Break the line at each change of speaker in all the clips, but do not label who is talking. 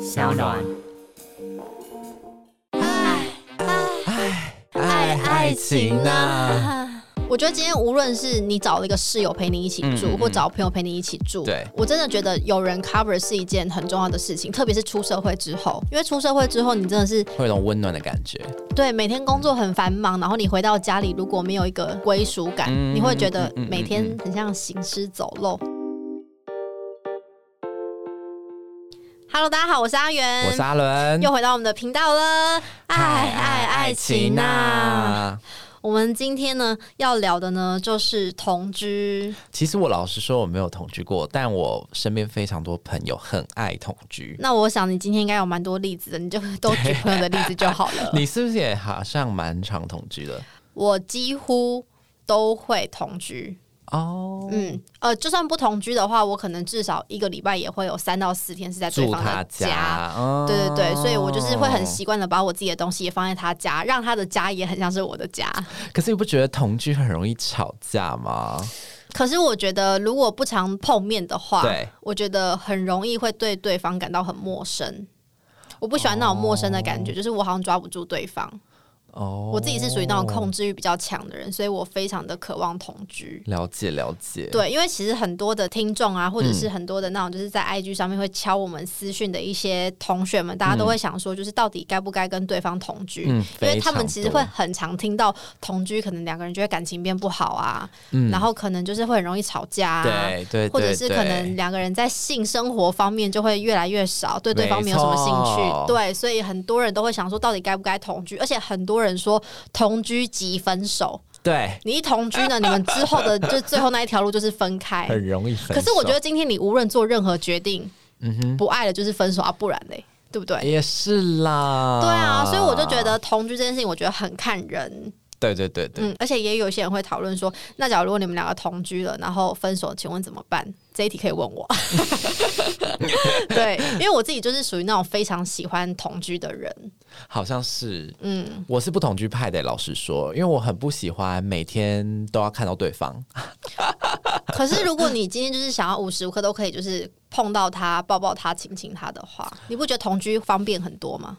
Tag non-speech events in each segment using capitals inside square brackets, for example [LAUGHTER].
小暖。
爱爱情啊！
[LAUGHS] 我觉得今天无论是你找了一个室友陪你一起住，
嗯嗯嗯
或找朋友陪你一起住，
对
我真的觉得有人 cover 是一件很重要的事情，特别是出社会之后，因为出社会之后，你真的是
会有一种温暖的感觉。
对每天工作很繁忙，然后你回到家里如果没有一个归属感，
嗯
你会觉得
嗯嗯嗯
每天很像行尸走肉。Hello，大家好，我是阿元，
我是阿伦，
又回到我们的频道了，嗯爱爱爱情呐、
啊！
我们今天呢要聊的呢就是同居，
其实我老实说，我没有同居过，但我身边非常多朋友很爱同居。
那我想你今天应该有蛮多例子的，你就 [LAUGHS] 都举朋友的例子就好了。
[LAUGHS] 你是不是也好像蛮常同居的？
我几乎都会同居，
哦，
嗯，呃，就算不同居的话，我可能至少一个礼拜也会有三到四天是在对
住
方
他
的家。
家，哦
对对对，所以我就是会很习惯的把我自己的东西也放在他家，让他的家也很像是我的家。
可是你不觉得同居很容易吵架吗？
可是我觉得，如果不常碰面的话
对，
我觉得很容易会对对方感到很陌生。我不喜欢那种陌生的感觉，就是我好像抓不住对方。
哦，
我自己是属于那种控制欲比较强的人，所以我非常的渴望同居。
了解了解，
对，因为其实很多的听众啊，或者
嗯
是很多的那种就是在 IG 上面会敲我们私讯的一些同学们，大家都会想说，就是到底该不该跟对方同居？
嗯
因为
非
他
常
们其实会
多
很常听到同居，可能两个人就会感情变不好啊，然后可能就是会很容易吵架啊，
嗯对对，
或者
对
是
对
可能两个人在性生活方面就会越来越少，对对方没有什么
没
兴
错
趣，对，所以很多人都会想说，到底该不该同居？而且很多人说同居即分手，
对，
你一同居呢，你们之后的就最后那一条路就是分开。
很容易分手。
可是我觉得今天你无论做任何决定，
嗯哼，
不爱了就是分手啊，不然嘞，对不对？
也是啦，
对啊，所以我就觉，得同居这件事情，我觉得很看人，
对对对对，
嗯，而且也有一些人会讨论说，那假如如果你们两个同居了，然后分手，请问怎么办？这一题可以问我。对，因为我自己就是属于那种非常喜欢同居的人，
好像是。
嗯，
我是不同居派的，老实说，因为我很不喜欢每天都要看到对方。
可是如果你今天就是想要无时无刻都可以就是碰到他、抱抱他、亲亲他的话，你不觉得同居方便很多吗？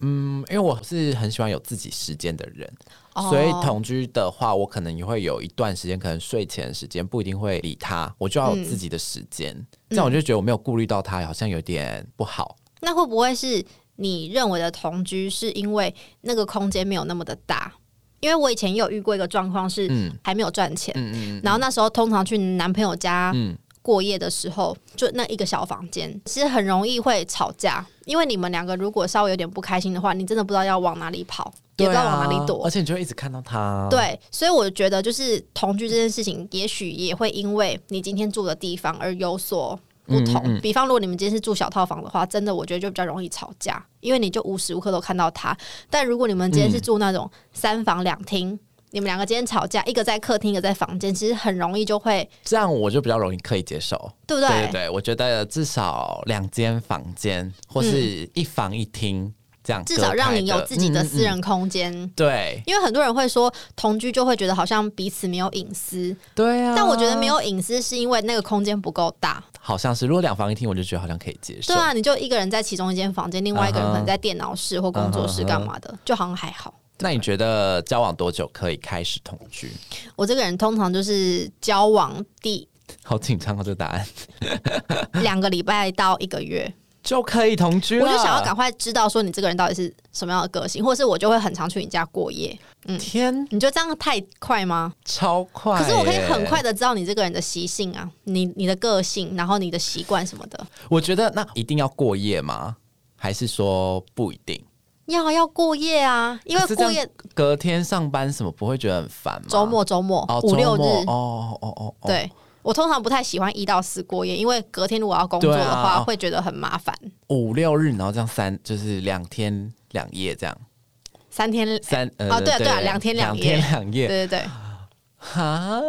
嗯，因为我是很喜欢有自己时间的人，
哦
所以同居的话，我可能也会有一段时间，可能睡前的时间不一定会理他，我就要
嗯
有自己的时间，这样我就觉得我没有顾虑到他，好像有点不好。
那会不会是你认为的同居，是因为那个空间没有那么的大？因为我以前也有遇过一个状况是
嗯，
还没有赚钱，
嗯嗯
然后那时候通常去男朋友家
嗯，
过夜的时候，就那一个小房间，其实很容易会吵架，因为你们两个如果稍微有点不开心的话，你真的不知道要往哪里跑，也不知道往哪里
对啊而
躲。
且你就会一直看到他。，
对，所以我觉得就是同居这件事情，也许也会因为你今天住的地方而有所不同。
嗯嗯
比方，如果你们今天是住小套房的话，真的我觉得就比较容易吵架，因为你就无时无刻都看到他。但如果你们今天是住那种三房两厅，你们两个今天吵架，一个在客厅，一个在房间，其实很容易就会，
这样我就比较容易可以接受。
对不对？
对对对，我觉得至少两间房间或是一房一厅、这样，
至少让你有自己的
嗯。嗯
私
嗯
人空间。
对
因为很多人会说同居就会觉得好像彼此没有隐私，
对啊，
但我觉得没有隐私是因为那个空间不够大。
好像是，如果两房一厅，我就觉得好像可以接受。
对啊，你就一个人在其中一间
嗯
房间，另外一个人可能在电脑室或工作室干嘛的，就好像还好。
那你觉得交往多久可以开始同居？
我这个人通常就是交往第
好紧张哦，这个答案
两个礼拜到一个月，
就可以同居
我
了。
就想要赶快知道说你这个人到底是什么样的个性，或者是我就会很常去你家过夜。
天，
你觉得这样太快吗？
超快！
可是我可以很快。的知道你这个人的习性
哎
啊，你你的个性，然后你的习惯什么的。
我觉得那一定要过夜吗？还是说不一定？
要要过夜啊，因为
可是这
过
样
夜
隔天上班什么不会觉得很烦吗？
周末周末
哦，
五六
周末
日，
哦哦哦哦，
对。我通常不太喜欢一到四过夜，因为隔天如果要工作的
对
话，
啊
会觉得很麻烦。
五六日，然后这样三就是两天两夜这样，
三天，
三呃
哦对啊对啊两天两夜
两天两
对
夜
对对，
[LAUGHS] 哈，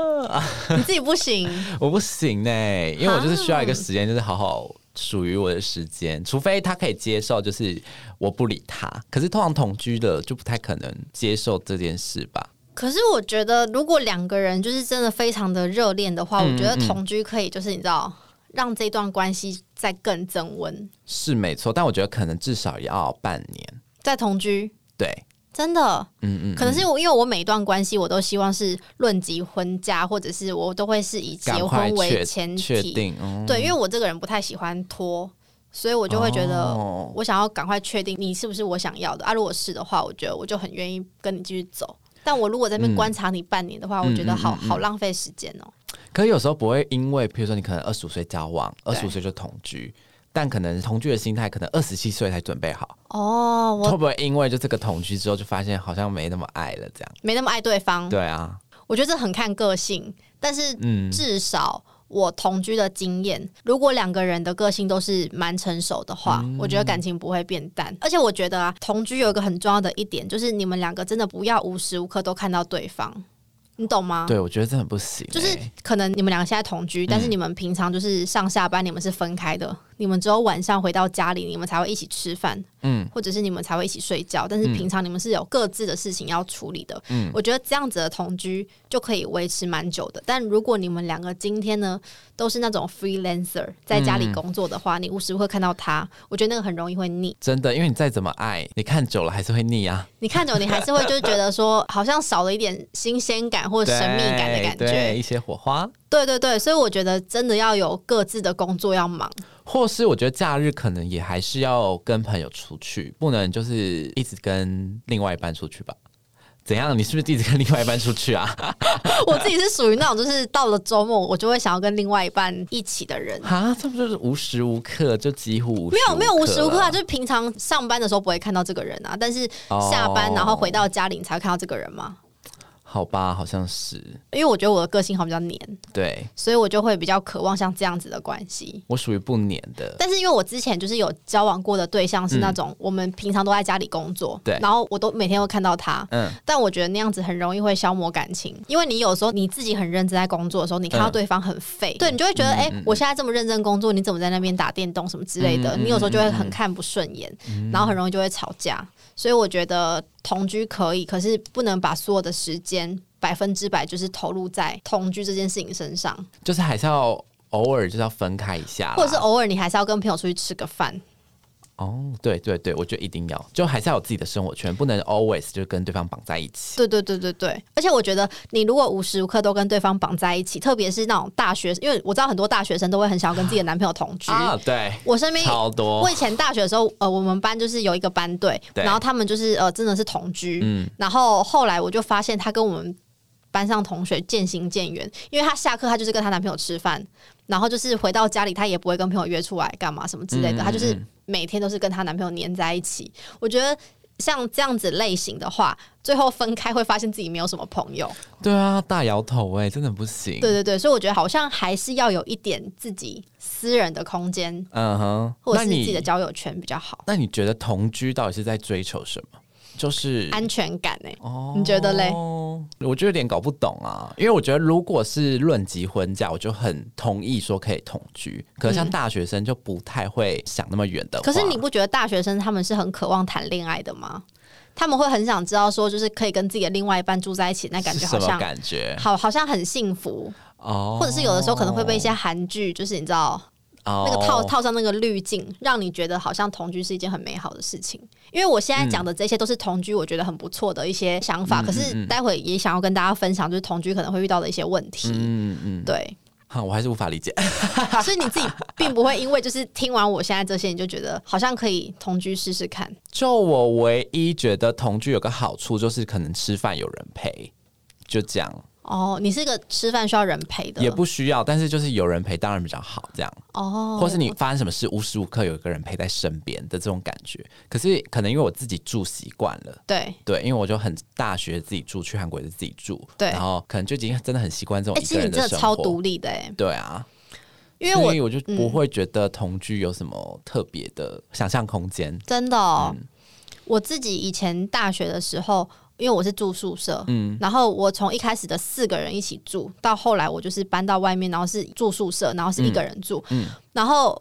你自己不行。
我不行呢、因为我就是需要一个时间，就是好好属于我的时间，除非他可以接受，就是我不理他。可是通常同居的就不太可能接受这件事吧。
可是我觉得，如果两个人就是真的非常的热恋的话，
嗯
我觉得
嗯
同居可以，就是你知道。让这段关系再更增温。
是没错，但我觉得可能至少要半年。
再同居，
对，
真的
嗯嗯，
可能是我，因为我每一段关系我都希望是论及婚嫁，或者是我都会是以结
赶快
婚为
确
前
确
提。
定，嗯，
对，因为我这个人不太喜欢拖，所以我就会觉得
哦
我想要赶快确定你是不是我想要的啊。如果是的话，我觉得我就很愿意跟你继续走。但我如果在那边
嗯
观察你半年的话，我觉得好好浪费时间哦、
可有时候不会因为，比如说你可能二十五岁交往，二
对
十五岁就同居，但可能同居的心态可能二十七岁才准备好，
哦，
会
我
不会因为就这个同居之后就发现好像没那么爱了这样？
没那么爱对方，
对啊，
我觉得这很看个性。但是
嗯，
至少我同居的经验，如果两个人的个性都是蛮成熟的话，
嗯
我觉得感情不会变淡。而且我觉得啊，同居有一个很重要的一点，就是你们两个真的不要无时无刻都看到对方，你懂吗？
对，我觉得这很不行欸、
啊就是可能你们两个现在同居，但是你们平常就是上下班你们是分开的，你们只有晚上回到家里你们才会一起吃饭，
嗯，
或者是你们才会一起睡觉，但是平常你们是有各自的事情要处理的，嗯，我觉得这样子的同居就可以维持蛮久的。但如果你们两个今天呢都是那种 freelancer 在家里工作的话，你无时无刻看到他，我觉得那个很容易会腻。
真的，因为你再怎么爱，你看久了还是会腻啊。
你看久你还是会就是觉得说好像少了一点新鲜感或者神秘感的感
对对
觉
一，些火花，
对对对，所以我觉得真的要有各自的工作
[LAUGHS]
要忙，
或是我觉得假日可能也还是要跟朋友出去，不能就是一直跟另外一半出去吧。怎样？你是不是一直跟另外一半出去啊？
我自己是属于那种，就是到了周末，我就会想要跟另外一半一起的人。
啊，这不就是无时无刻就几乎无时
没有没有无时无刻啊，
了
就是平常上班的时候不会看到这个人啊，但是
哦
下班然后回到家里你才会看到这个人嘛。
好吧，好像是
因为我觉得我的个性好像比较黏，
对
所以我就会比较渴望像这样子的关系。
我属于不黏的，
但是因为我之前就是有交往过的对象是那种我们平常都在家里工
嗯
作，
对
然后我都每天会看到他，
嗯，
但我觉得那样子很容易会消磨感情，因为你有时候你自己很认真在工作的时候，你看
嗯
到对方很废，对你就会觉得，哎、我现在这么认真工作，你怎么在那边打电动什么之类的？
嗯嗯嗯
你有时候就会很看不顺眼，然后很容易就会吵架。所以我觉得同居可以，可是不能把所有的时间百分之百就是投入在同居这件事情身上，
就是还是要偶尔就是要分开一下啦，
或者是偶尔你还是要跟朋友出去吃个饭。
哦，对对对，我觉得一定要，就还是要有自己的生活圈，不能 always 就跟对方绑在一起。
对对对对对，而且我觉得你如果无时无刻都跟对方绑在一起，特别是那种大学，因为我知道很多大学生都会很想要跟自己的男朋友同居。
啊，对，
我身边
超多
我以前大学的时候，呃，我们班就是有一个班队，
对
然后他们就是呃，真的是同居。
嗯
然后后来我就发现，她跟我们班上同学渐行渐远，因为她下课她就是跟她男朋友吃饭，然后就是回到家里她也不会跟朋友约出来干嘛什么之类的，
嗯
她就是
嗯
每天都是跟她男朋友黏在一起。我觉得像这样子类型的话，最后分开会发现自己没有什么朋友。
对啊，大摇头哎、真的不行。
对，对对，所以我觉得好像还是要有一点自己私人的空间。
嗯哼，
或者
那
是自己的
你
交友圈比较好。
那你觉得同居到底是在追求什么？就是
安全感欸呢、
哦
你觉得嘞？
我就有点搞不懂啊，因为我觉得如果是论及婚嫁，我就很同意说可以同居。可是像大学生就不太会想那么远的话。
嗯可是你不觉得大学生他们是很渴望谈恋爱的吗？他们会很想知道说，就是可以跟自己的另外一半住在一起，那感觉
是
好
什么
像
感觉？
好好像很幸福，
哦，
[LAUGHS] 或者是有的时候可能会被一些韩剧，就是你知道
哦
那个套套上那个滤镜，让你觉得好像同居是一件很美好的事情。因为我现在讲
嗯
的这些都是同居，我觉得很不错的一些想法。可是待会也想要跟大家分享，就是同居可能会遇到的一些问题。
嗯嗯，
对，
好，我还是无法理解。 [LAUGHS]
所以你自己并不会因为就是听完我现在这些，你就觉得好像可以同居试试看。
就我唯一觉得同居有个好处就是可能吃饭有人陪，就这样，
哦，你是个吃饭需要人陪的，
也不需要，但是就是有人陪当然比较好，这样，
哦，
或是你发生什么事无时无刻有一个人陪在身边的这种感觉。可是可能因为我自己住习惯了。
对。
对，因为我就很大学自己住，去韩国也是自己住，
对
然后可能就已经真的很习惯这
哎、
哦种一
其
个
实你
人
真的
生
超
活。
独立的哎、
对啊，
因为
所
我嗯
以我就不会觉得同居有什么特别的想象空间。
真的、哦
嗯
我自己以前大学的时候，因为我是住宿舍，嗯，然后我从一开始的四个人一起住，到后来我就是搬到外面，然后是住宿舍，然后是一个人住，
嗯
然后。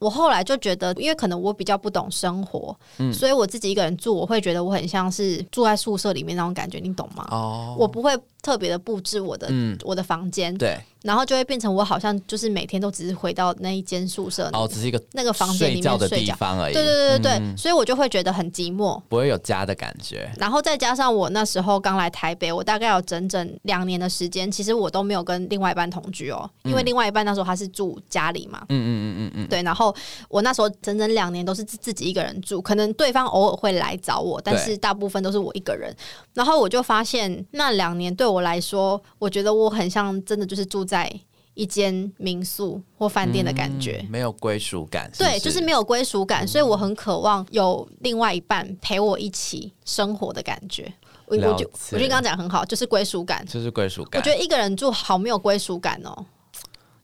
我后来就觉得，因为可能我比较不懂生活，
嗯
所以我自己一个人住，我会觉得我很像是住在宿舍里面那种感觉，你懂吗？
哦，
我不会特别的布置我的、
嗯
我的房间，
对，
然后就会变成我好像就是每天都只是回到那一间宿舍、
哦，只是一个
那个房间
睡
里
觉
面
的
睡
地
觉。
方而已，嗯
对对对对对，所以我就会觉得很寂寞。
不会有家的感觉。
然后再加上我那时候刚来台北，我大概有整整两年的时间，其实我都没有跟另外一半同居哦，因为另外一半那时候他是住家里嘛，
嗯嗯嗯嗯嗯嗯，
对。然后我那时候整整两年都是自自己一个人住，可能对方偶尔会来找我，但是大部分都是我一个人。然后我就发现那两年对我来说，我觉得我很像真的就是住在一间民宿或饭店的感觉。
没有归属感。不
对，就是没有归属感，所以我很渴望有另外一半陪我一起生活的感觉。我我
了
就
解
我觉得刚刚讲得很好，就是归属感。
就是归属
我
感。
觉得一个人住好没有归属感哦，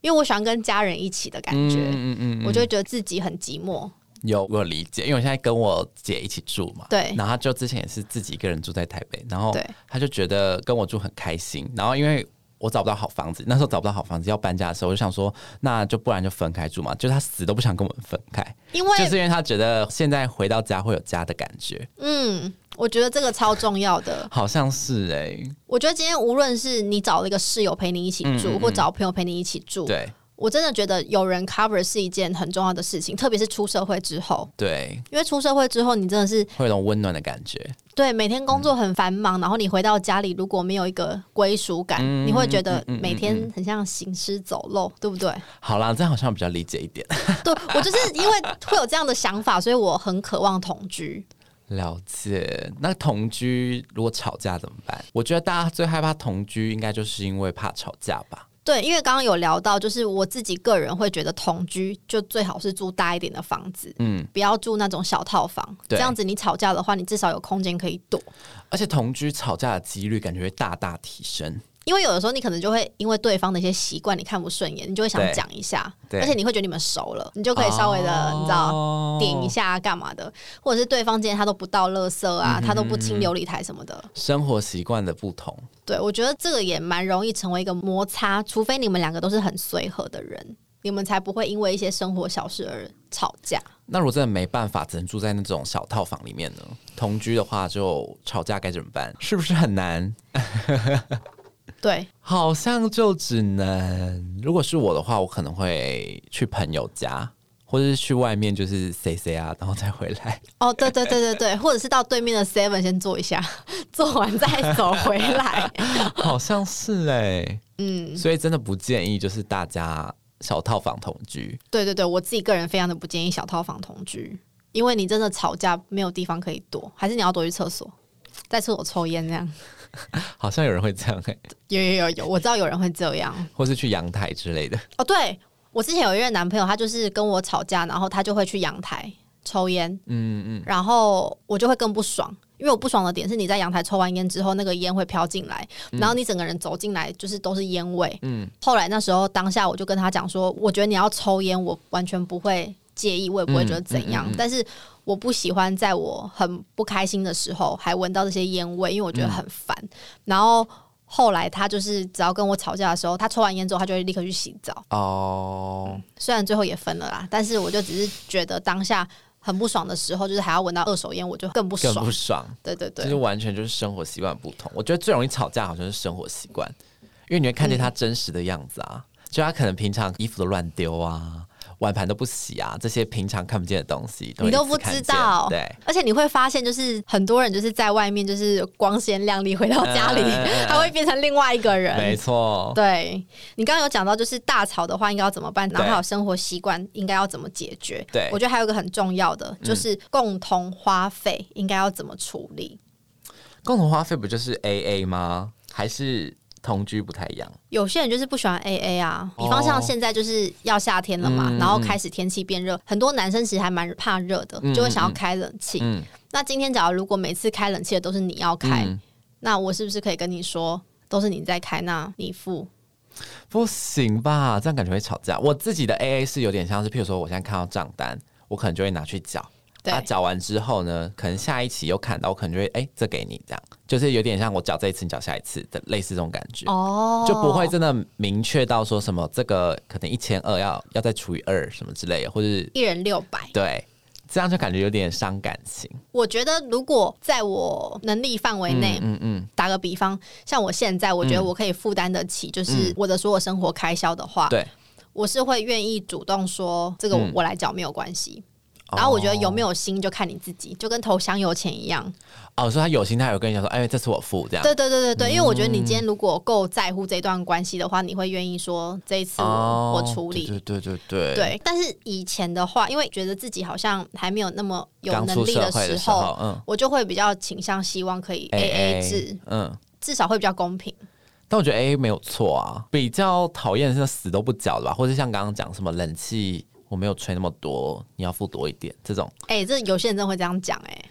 因为我喜欢跟家人一起的感觉，
嗯嗯嗯，
我就会觉得自己很寂寞。
有我理解，因为我现在跟我姐一起住嘛，
对
然后她就之前也是自己一个人住在台北，然后
对
她就觉得跟我住很开心，然后因为。我找不到好房子，那时候找不到好房子，要搬家的时候，我就想说，那就不然就分开住嘛。就是她死都不想跟我们分开，
因为、
就是因为她觉得现在回到家会有家的感觉，
嗯，我觉得这个超重要的。
好像是哎、
我觉得今天无论是你找了一个室友陪你一起住，
嗯嗯嗯
或找朋友陪你一起住，
对
我真的觉得有人 cover 是一件很重要的事情，特别是出社会之后，
对，
因为出社会之后你真的是
会有一种温暖的感觉。
对，每天
嗯
工作很繁忙，然后你回到家里如果没有一个归属感，
嗯
你会觉得
嗯嗯嗯
每天很像行尸走肉，对不对？
好啦，这样好像比较理解一点，
对我就是因为会有这样的想法，所以我很渴望同居。
了解。那同居如果吵架怎么办？我觉得大家最害怕同居，应该就是因为怕吵架吧。
对，因为刚刚有聊到，就是我自己个人会觉得同居就最好是住大一点的房子，
嗯，
不要住那种小套房。这
对
样子你吵架的话，你至少有空间可以躲。
而且同居吵架的几率感觉会大大提升。
因为有的时候你可能就会因为对方的一些习惯你看不顺眼，你就会想
对
讲一下，
对哦
而且你会觉得你们熟了，你就可以稍微的、你知道
道
点一。下啊干嘛的，或者是对方今天他都不倒垃圾啊，他都不清琉璃台什么的。
生活习惯的不同，
对我觉得这个也蛮容易成为一个摩擦，除非你们两个都是很随和的人，你们才不会因为一些生活小事而吵架。
那如果真的没办法，只能住在那种小套房里面呢？同居的话，就吵架该怎么办？是不是很难？
对，
好像就只能，如果是我的话，我可能会去朋友家，或者是去外面，就是 C C 啊，然后再回来。
哦，对对对对对，或者是到对面的 Seven 先坐一下，做完再走回来。 [LAUGHS]
好像是哎、
嗯，
所以真的不建议就是大家小套房同居。
对对对，我自己个人非常的不建议小套房同居，因为你真的吵架没有地方可以躲，还是你要躲去厕所，在厕所抽烟这样。
好像有人会这样哎、
有有有有，我知道有人会这样。
或是去阳台之类的。
哦，对我之前有一任男朋友，他就是跟我吵架，然后他就会去阳台抽烟，
嗯嗯，
然后我就会更不爽，因为我不爽的点是你在阳台抽完烟之后，那个烟会飘进来，然后你整个人走进来就是都是烟味。嗯
嗯，
后来那时候当下我就跟他讲说，我觉得你要抽烟，我完全不会介意，我也不会觉得怎
嗯
样，
嗯嗯嗯
但是。我不喜欢在我很不开心的时候还闻到这些烟味，因为我
嗯
觉得很烦。然后后来他就是只要跟我吵架的时候，他抽完烟之后，他就会立刻去洗澡。
哦，
虽然最后也分了啦，但是我就只是觉得当下很不爽的时候，就是还要闻到二手烟，我就更不
更
爽。
不爽，
对对
就是
对，
完全就是生活习惯不同。我觉得最容易吵架好像是生活习惯，因为你会看见他真实的样子啊，就他可能平常衣服都乱丢啊。碗盘都不洗啊，这些平常看不见的东西，
你
会
都
一次
不
看
知
见
道
对，
而且你会发现，就是很多人就是在外面就是光鲜亮丽，回到家里、
嗯嗯嗯嗯
还会变成另外一个
没
人。
错，
对你刚刚有讲到，就是大吵的话应该要怎么办，然后
对
还有生活习惯应该要怎么解决。
对嗯
我觉得还有一个很重要的，就是共同花费应该要怎么处理。
共同花费不就是 A A 吗？还是同居不太一样？
有些人就是不喜欢 AA 啊，比方像
哦
现在就是要夏天了嘛，
嗯
然后开始天气变热，很多男生其实还蛮怕热的，
嗯
就会想要开冷气。
嗯
那今天假如如果每次开冷气的都是你要开，
嗯
那我是不是可以跟你说，都是你在开，那你付？
不行吧？这样感觉会吵架。我自己的 A A 是有点像是，譬如说我现在看到账单，我可能就会拿去缴。
对
啊，缴完之后呢，可能下一期又看到，我可能就会哎、这给你这样，就是有点像我缴这一次，你缴下一次的类似这种感觉，
哦，
就不会真的明确到说什么这个可能一千二要要再除以二什么之类的，或者
一人六百。
对，这样就感觉有点伤感情。
我觉得如果在我能力范围内，
嗯嗯
打个比方，像我现在，我觉得我可以负担得起，就是我的所有生活开销的话，
嗯，对。
我是会愿意主动说这个我
嗯哦
我来缴没有关系。然后我觉得有没
有
有心就看你自己，就跟投香油钱一样。
哦，所以他有心，他有跟你讲说，哎，这次我付这样。
对对对对对，因为我觉得
嗯
你今天如果够在乎这段关系的话，你会愿意说这一次我、
哦，
我处理。
对对对对。
对，但是以前的话，因为觉得自己好像还没有那么有
刚
能
出
力
社会
时
的时候，嗯哎
我就会比较倾向希望可以 A A 制，，
嗯。
至少会比较公平。
但我觉得 A A 没有错啊，比较讨厌的是那死都不缴的吧，或者像刚刚讲什么冷气我没有吹那么多，你要付多一点这种。
哎、这有些人真的会这样讲哎、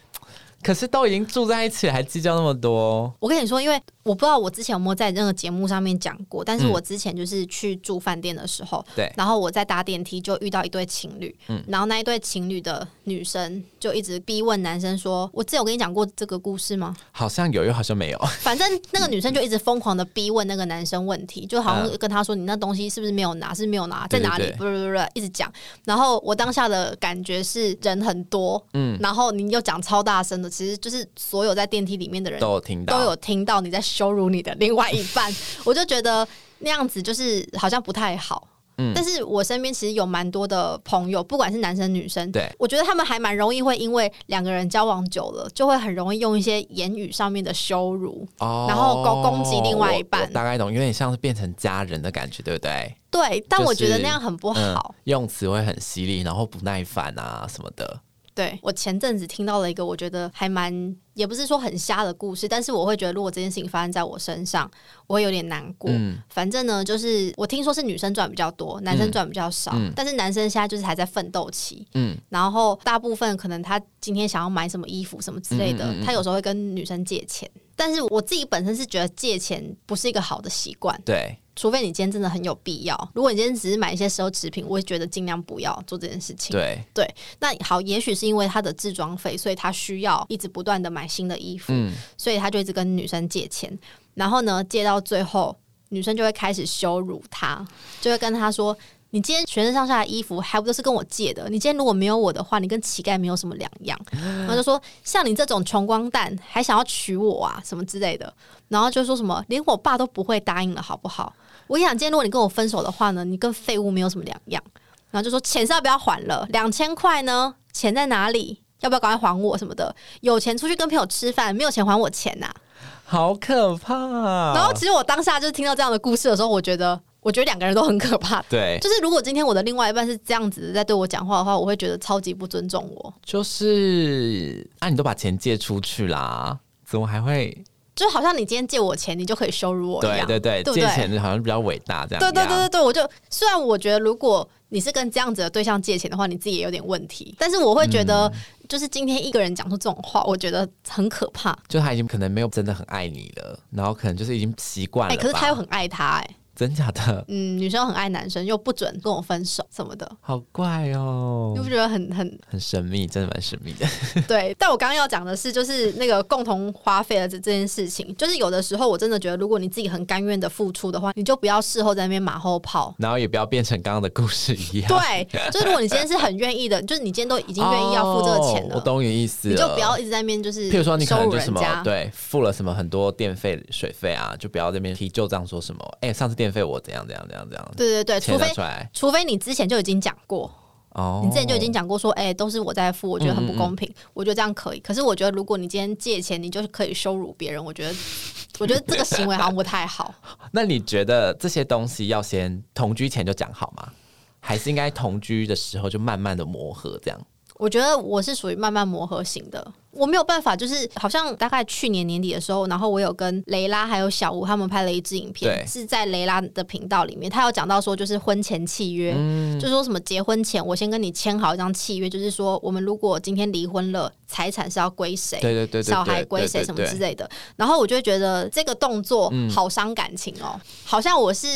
可是都已经住在一起了，还计较那么多，
我跟你说，因为我不知道我之前有没有在那个节目上面讲过，但是
嗯
我之前就是去住饭店的时候，
对嗯
然后我在搭电梯就遇到一对情侣，然后那一对情侣的女生就一直逼问男生说：“我之前有跟你讲过这个故事吗
好像有又好像没
[LAUGHS]
有。？”
反正那个女生就一直疯狂的逼问那个男生问题，就好像跟他说：“你那东西是不是没有拿？是没有拿，在
嗯对对
哪里
对？”
不不不，一直讲。然后我当下的感觉是人很多，嗯，然后你又讲超大声的，其实就是所有在电梯里面的人
都有听到，
都有听到你在羞辱你的另外一
[LAUGHS]
半，我就觉得那样子就是好像不太好。
嗯
但是我身边其实有蛮多的朋友，不管是男生女生，
对
我觉得他们还蛮容易会因为两个人交往久了，就会很容易用一些言语上面的羞辱。
哦
然后攻攻击另外一半
我我大概懂，有点像是变成家人的感觉，对不对？
对，但我
就是
觉得那样很不好。
嗯，用词会很犀利，然后不耐烦啊什么的。
对我前阵子听到了一个我觉得还蛮，也不是说很瞎的故事，但是我会觉得如果这件事情发生在我身上，我会有点难过。
嗯，
反正呢，就是我听说是女生赚比较多，男生赚比较少，
嗯
但是男生现在就是还在奋斗期，
嗯，
然后大部分可能他今天想要买什么衣服什么之类的，
嗯嗯嗯嗯
他有时候会跟女生借钱。但是我自己本身是觉得借钱不是一个好的习惯， [LAUGHS]
对，
除非你今天真的很有必要。如果你今天只是买一些奢侈品，我会觉得尽量不要做这件事情。
对，
那好，也许是因为他的置装费，所以他需要一直不断的买新的衣服。
嗯，
所以他就一直跟女生借钱，然后呢，借到最后，女生就会开始羞辱他，就会跟他说：“你今天全身上下的衣服还不都是跟我借的？你今天如果没有我的话，你跟乞丐没有什么两样。”然后就说：“像你这种穷光蛋，还想要娶我啊？什么之类的。”然后就说什么连我爸都不会答应了，好不好？我跟你讲，今天如果你跟我分手的话呢，你跟废物没有什么两样。然后就说钱是要不要还了？两千块呢？钱在哪里？要不要赶快还我什么的？有钱出去跟朋友吃饭，没有钱还我钱呐、
好可怕啊。
然后其实我当下就是听到这样的故事的时候，我觉得，我觉得两个人都很可怕。
对，
就是如果今天我的另外一半是这样子在对我讲话的话，我会觉得超级不尊重我，
就是啊，你都把钱借出去啦，怎么还会？
就好像你今天借我钱，你就可以羞辱我一
对
样。
对对，
对不
借
对
钱好像比较伟大这样。
对对对对对，我就虽然我觉得如果你是跟这样子的对象借钱的话，你自己也有点问题，但是我会觉得，
嗯
就是今天一个人讲出这种话，我觉得很可怕。
就他已经可能没有真的很爱你了，然后可能就是已经习惯
哎、
了吧。
可是他又很爱他、哎，
真假的，
嗯，女生又很爱男生，又不准跟我分手什么的，
好怪哦
你，不觉得很很 [LAUGHS]
很神秘，真的蛮神秘的。
对，但我刚刚要讲的是，就是那个共同花费的这这件事情，就是有的时候我真的觉得，如果你自己很甘愿的付出的话，你就不要事后在那边马后
[LAUGHS]
炮。
然后也不要变成刚刚的故事一样。
对，就是如果你今天是很愿意的，就是你今天都已经愿意要付这个钱
哦
了，
我懂你意思了。
你就不要一直在那边就是，
譬如说你可
羞
能
辱
就什
人
么
家，
对付了什么很多电费、水费啊，就不要这边提旧账说什么，哎、上次电费我怎样怎样怎样怎样，
对对对，除
钱拿
非
出来
除非你之前就已经讲过，
哦，嗯
你之前就已经讲过说，哎、都是我在付，我觉得很不公平，我觉得这样可以。可是我觉得，如果你今天借钱，你就可以羞辱别人，我觉得，我觉得这个行为好像不太好。
那你觉得这些东西要先同居前就讲好吗？还是应该同居的时候就慢慢的磨合这样？
我觉得我是属于慢慢磨合型的，我没有办法，就是好像大概去年年底的时候，然后我有跟雷拉还有小吴他们拍了一支影片，
对
是在雷拉的频道里面，他有讲到说就是婚前契约，
嗯
就说什么结婚前我先跟你签好一张契约，就是说我们如果今天离婚了，财产是要归谁。
对对对对，
哎
嗯
小孩归谁什么之类的，然后我就会觉得这个动作好伤感情哦，好像我是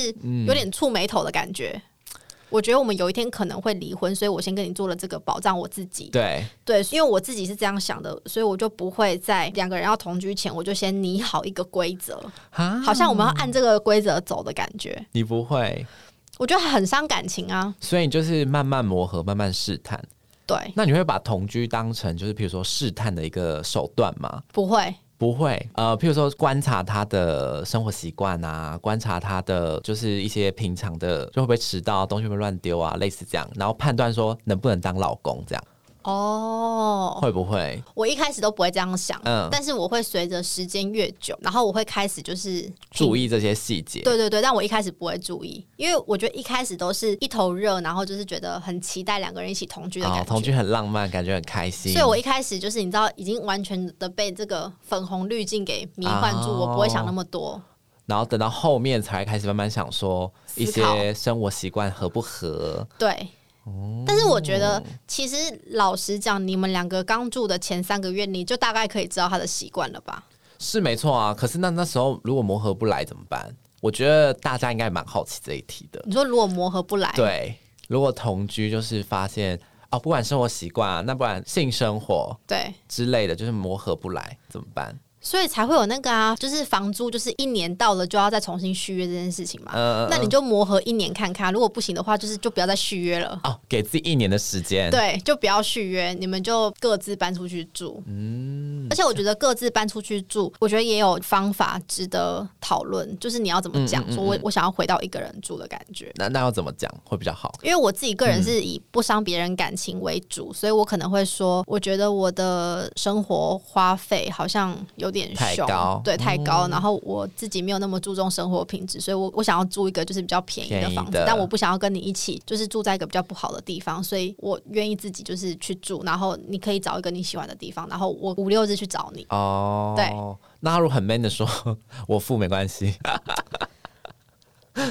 有点触眉头的感觉。我觉得我们有一天可能会离婚，所以我先跟你做了这个保障，我自己
对，
对，因为我自己是这样想的，所以我就不会在两个人要同居前，我就先拟好一个规则，
啊，
好像我们要按这个规则走的感觉，
你不会，
我觉得很伤感情啊。
所以你就是慢慢磨合，慢慢试探。
对，
那你会把同居当成就是比如说试探的一个手段吗？
不会，
不会，呃，譬如说观察他的生活习惯啊，观察他的就是一些平常的，就会不会迟到，东西会不会乱丢啊，类似这样，然后判断说能不能当老公这样，
哦，
会不会？
我一开始都不会这样想，
嗯
但是我会随着时间越久，然后我会开始就是
注意这些细节。
对对对，但我一开始不会注意，因为我觉得一开始都是一头热，然后就是觉得很期待两个人一起同居的感
好，哦
觉。
同居很浪漫，感觉很开心。
所以我一开始就是你知道，已经完全的被这个粉红滤镜给迷幻住，
哦
我不会想那么多。
然后等到后面才开始慢慢想说
思
一
考
些生活习惯合不合，
对。但是我觉得，其实老实讲，你们两个刚住的前三个月，你就大概可以知道他的习惯了吧？
是没错啊。可是那那时候如果磨合不来怎么办？我觉得大家应该蛮好奇这一题的。
你说如果磨合不来，
对，如果同居就是发现哦，不管生活习惯啊，那不然性生活
对，
之类的，就是磨合不来怎么办？
所以才会有那个啊，就是房租就是一年到了就要再重新续约这件事情嘛。
呃，
那你就磨合一年看看，如果不行的话，就是就不要再续约了。
哦，给自己一年的时间。，
对，就不要续约，你们就各自搬出去住。而且我觉得各自搬出去住，我觉得也有方法值得讨论，就是你要怎么讲，说我我想要回到一个人住的感觉。
那那要怎么讲会比较好？
因为我自己
嗯
个人是以不伤别人感情为主，所以我可能会说，我觉得我的生活花费好像有点
太
凶
高嗯
对，太高。然后我自己没有那么注重生活品质，所以我我想要租一个就是比较便宜的
便宜
房子
的，
但我不想要跟你一起就是住在一个比较不好的地方，所以我愿意自己就是去住，然后你可以找一个你喜欢的地方，然后我五六日去找你。
哦，
对。
那他如果很 man 的说，我付没关系。 [LAUGHS]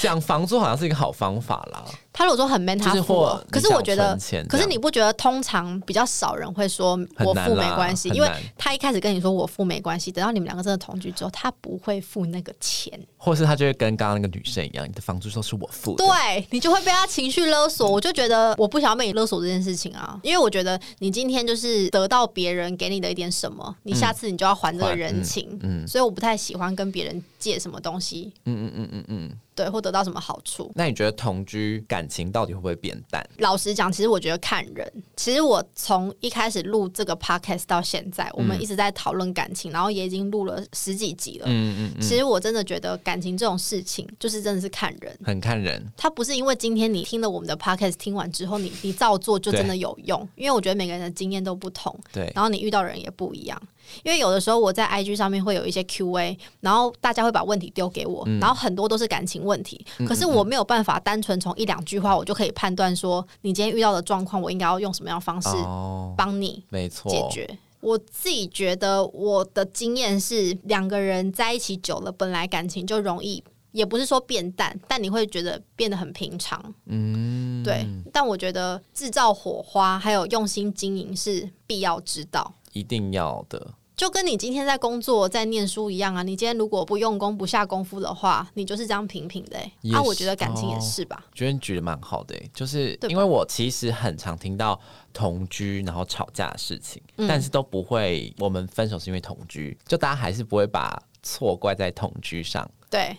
讲房租好像是一个好方法啦，
他如果说很 man，他
就是
付我
或
可是
你想
我觉得
存钱，
可是
这样
你不觉得通常比较少人会说
很
我
难
付没
啦
关系，
很
因为
难
他一开始跟你说我付没关系，等到你们两个真的同居之后，他不会付那个钱，
或是他就会跟刚刚那个女生一样，你的房租都是我付的。
对你就会被他情绪勒索。我就觉得我不想要被你勒索这件事情啊，因为我觉得你今天就是得到别人给你的一点什么，你下次你就要还这个
还
人
嗯
情，
嗯
所以我不太喜欢跟别人借什么东西，嗯嗯嗯嗯嗯，对，或得到什么好处。
那你觉得同居感情到底会不会变淡？
老实讲，其实我觉得看人。其实我从一开始录这个 podcast 到现
嗯
在，我们一直在讨论感情，然后也已经录了十几集了。
嗯嗯
其实我真的觉得感情这种事情，就是真的是看人。
嗯，很看人。
它不是因为今天你听了我们的 podcast，听完之后你你照做就真的有用，因为我觉得每个人的经验都不同，
对，
然后你遇到人也不一样。因为有的时候我在 IG 上面会有一些 Q&A，然后大家会把问题丢给我，
嗯
然后很多都是感情问题，可是我没有办法单纯从一两句话我就可以判断说你今天遇到的状况，我应该要用什么样的方式
哦，
帮你
没错，
解决。我自己觉得我的经验是，两个人在一起久了，本来感情就容易，也不是说变淡，但你会觉得变得很平常。嗯，对。但我觉得制造火花还有用心经营是必要之道。
一定要的。
就跟你今天在工作、在念书一样啊，你今天如果不用功、不下功夫的话，你就是这样平平的、欸。
也
啊，
是
我觉得感情也是吧。
觉得你举的蛮好的欸、就是
对吧
因为我其实很常听到同居然后吵架的事情，
嗯
但是都不会我们分手是因为同居，就大家还是不会把错怪在同居上。
对，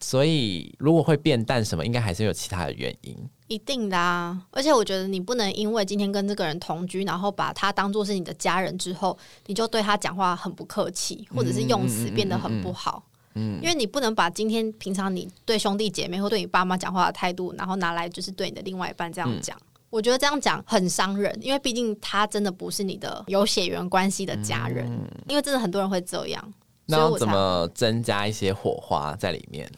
所以如果会变淡什么，应该还是有其他的原因。
一定的啊，而且我觉得你不能因为今天跟这个人同居，然后把他当做是你的家人之后，你就对他讲话很不客气，或者是用词变得很不好。因为你不能把今天平常你对兄弟姐妹或对你爸妈讲话的态度，然后拿来就是对你的另外一半这样讲。我觉得这样讲很伤人，因为毕竟他真的不是你的有血缘关系的家人，因为真的很多人会这样。
那
所以
要
我才
怎么增加一些火花在里面？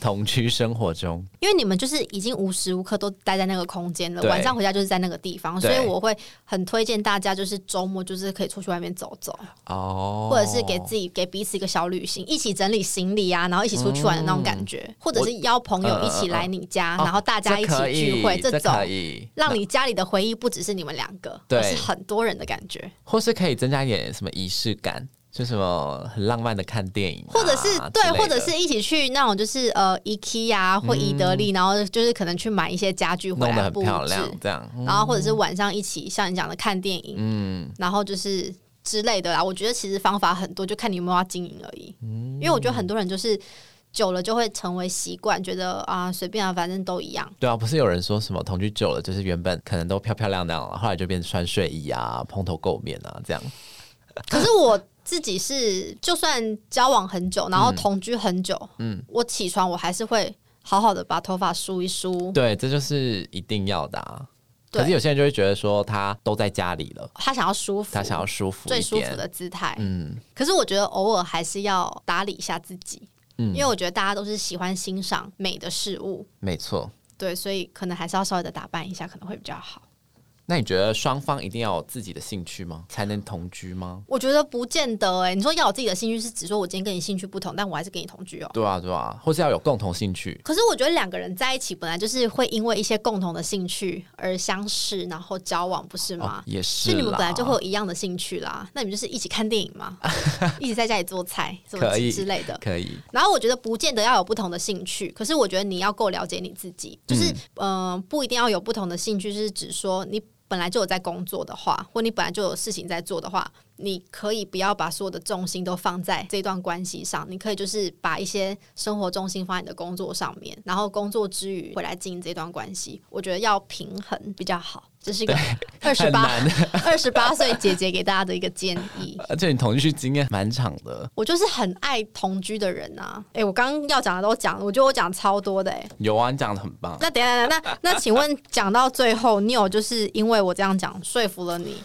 同居生活中，
因为你们就是已经无时无刻都待在那个空间了，
对
晚上回家就是在那个地方，所
对
以我会很推荐大家，就是周末就是可以出去外面走走，
哦，
或者是给自己给彼此一个小旅行，一起整理行李啊，然后一起出去玩的那种感
嗯
觉，或者是邀朋友一起来你家，
哦
然后大家一起聚会，
这可以这可
种
以，
让你家里的回忆不只是你们两个，
对
而是很多人的感觉。
或是可以增加一点什么仪式感，就什么很浪漫的看电影啊、
或者是对
之类，的
或者是一起去那种就是呃，IKEA 或宜得利，然后就是可能去买一些家具
嗯
回
弄得
来
很
布
漂
置，
亮，这样。嗯
然后或者是晚上一起像你讲的看电影，嗯，然后就是啊
嗯
之类的啦。我觉得其实方法很多，就看你有没有要经营而已。因为我觉得很多人就是久了就会成为习惯，觉得啊随便啊，反正都一样。
对啊，不是有人说什么同居久了，就是原本可能都漂漂亮亮了，后来就变成穿睡衣啊、蓬头垢面啊这样。
可是我自己是，就算交往很久，然后同居很久，嗯，我起床我还是会好好的把头发梳一梳。
对，这就是一定要的、啊。
对
可是有些人就会觉得说，他都在家里了，
他想要舒服，
他想要舒服
最
一
舒服
点。
的姿态。
嗯，
可是我觉得偶尔还是要打理一下自己，
嗯
因为我觉得大家都是喜欢欣赏美的事物，
没错。
对，所以可能还是要稍微的打扮一下，可能会比较好。
那你觉得双方一定要有自己的兴趣吗？才能同居吗？
我觉得不见得哎、你说要有自己的兴趣，是指说我今天跟你兴趣不同，但我还是跟你同居哦、
对啊，对啊，或是要有共同兴趣。
可是我觉得两个人在一起本来就是会因为一些共同的兴趣而相识，然后交往，不是吗
哦？、也
所
是
以
啦，
你们本来就会有一样的兴趣啦，那你们就是一起看电影嘛， [LAUGHS] 一起在家里做菜什么
可以
之类的。
可以，
然后我觉得不见得要有不同的兴趣，可是我觉得你要够了解你自己，就是嗯、呃不一定要有不同的兴趣，是指说你本来就有在工作的话，或你本来就有事情在做的话，你可以不要把所有的重心都放在这段关系上，你可以就是把一些生活重心放在你的工作上面，然后工作之余回来经营这段关系，我觉得要平衡比较好。这是一个二十
很
八
难。 [LAUGHS]
二十八岁姐姐给大家的一个建议。
而且你同居经验蛮长的，
我就是很爱同居的人啊！哎、我刚刚要讲的都讲了，我觉得我讲超多的哎、
有啊，你讲的很棒。
那等一下，等一下那那请问讲到最后，你有就是因为我这样讲说服了你，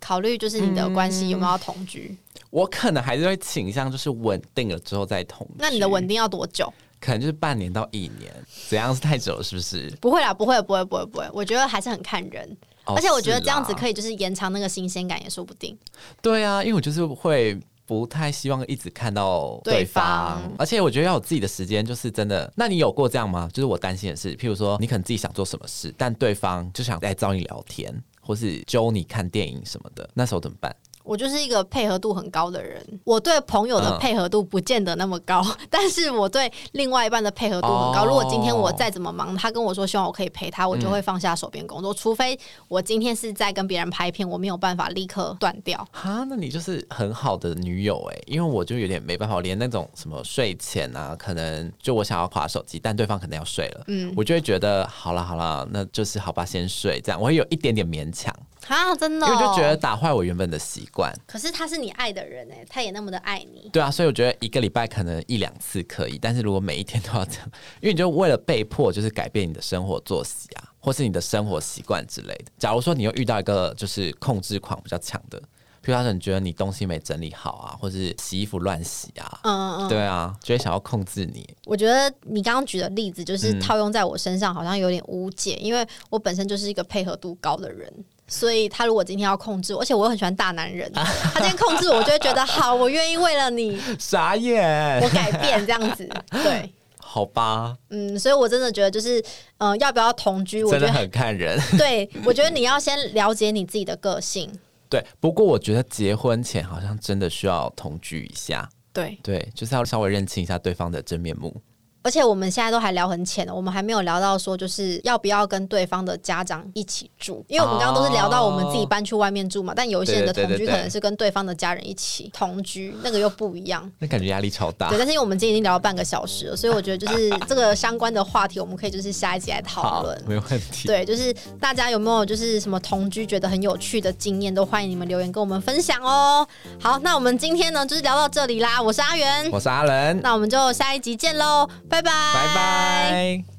考虑就是你的关系有没有要同居？
我可能还是会倾向就是稳定了之后再同居。
那你的稳定要多久？
可能就是半年到一年，怎样是太久了？是不
[LAUGHS]
是？
不会啦，不会，不会，不会，不会。我觉得还是很看人，
哦
而且我觉得这样子
是啦
可以就是延长那个新鲜感也说不定。
对啊，因为我就是会不太希望一直看到
对
对方，
方
而且我觉得要有自己的时间，就是真的。那你有过这样吗？就是我担心的是，譬如说你可能自己想做什么事，但对方就想来找你聊天，或是揪你看电影什么的，那时候怎么办？
我就是一个配合度很高的人，我对朋友的
嗯
配合度不见得那么高， [LAUGHS] 但是我对另外一半的配合度很高。
哦
如果今天我再怎么忙，他跟我说希望我可以陪他，我就会放下手边工作，除非我今天是在跟别人拍片，我没有办法立刻断掉。
哈，那你就是很好的女友哎、因为我就有点没办法，我连那种什么睡前啊，可能就我想要划手机，但对方可能要睡了，嗯，我就会觉得好啦好啦，那就是好吧，先睡这样，我会有一点点勉强，
啊，真的、
因
哦，
为就觉得打坏我原本的习惯。
可是他是你爱的人哎、他也那么的爱你。
对啊，所以我觉得一个礼拜可能一两次可以，但是如果每一天都要这样，因为你就为了被迫就是改变你的生活作息啊，或是你的生活习惯之类的。假如说你又遇到一个就是控制狂比较强的，譬如他说你觉得你东西没整理好啊，或是洗衣服乱洗啊，
嗯嗯，
对啊，就会想要控制你。
我觉得你刚刚举的例子
嗯
就是套用在我身上，好像有点无解，因为我本身就是一个配合度高的人。所以他如果今天要控制我，而且我又很喜欢大
[LAUGHS]
男人，他今天控制我，我就会觉得好，我愿意为了你，
傻眼
我，改变这样子。对，
[LAUGHS] 好吧，
嗯，所以我真的觉得就是，嗯、要不要同居？我
真
觉
的
得，
很看人。 [LAUGHS]
对我觉得你要先了解你自己的个性。
对，不过我觉得结婚前好像真的需要同居一下，
对，
对，就是要稍微认清一下对方的真面目。
而且我们现在都还聊很浅的，我们还没有聊到说就是要不要跟对方的家长一起住，因为我们刚刚都是聊到我们自己搬去外面住嘛，但有一些人的
对
同
对对
居
对
可
对
能是跟对方的家人一起同居，那个又不一样。
那感觉压力超大
对，。但是因为我们今天已经聊了半个小时了，所以我觉得就是这个相关的话题，我们可以就是下一集来讨
好
论，。
没有问题。
对，就是大家有没有就是什么同居觉得很有趣的经验，都欢迎你们留言跟我们分享哦。好，那我们今天呢就是聊到这里啦，我是阿元，
我是阿伦，
那我们就下一集见喽，拜拜，
拜。拜。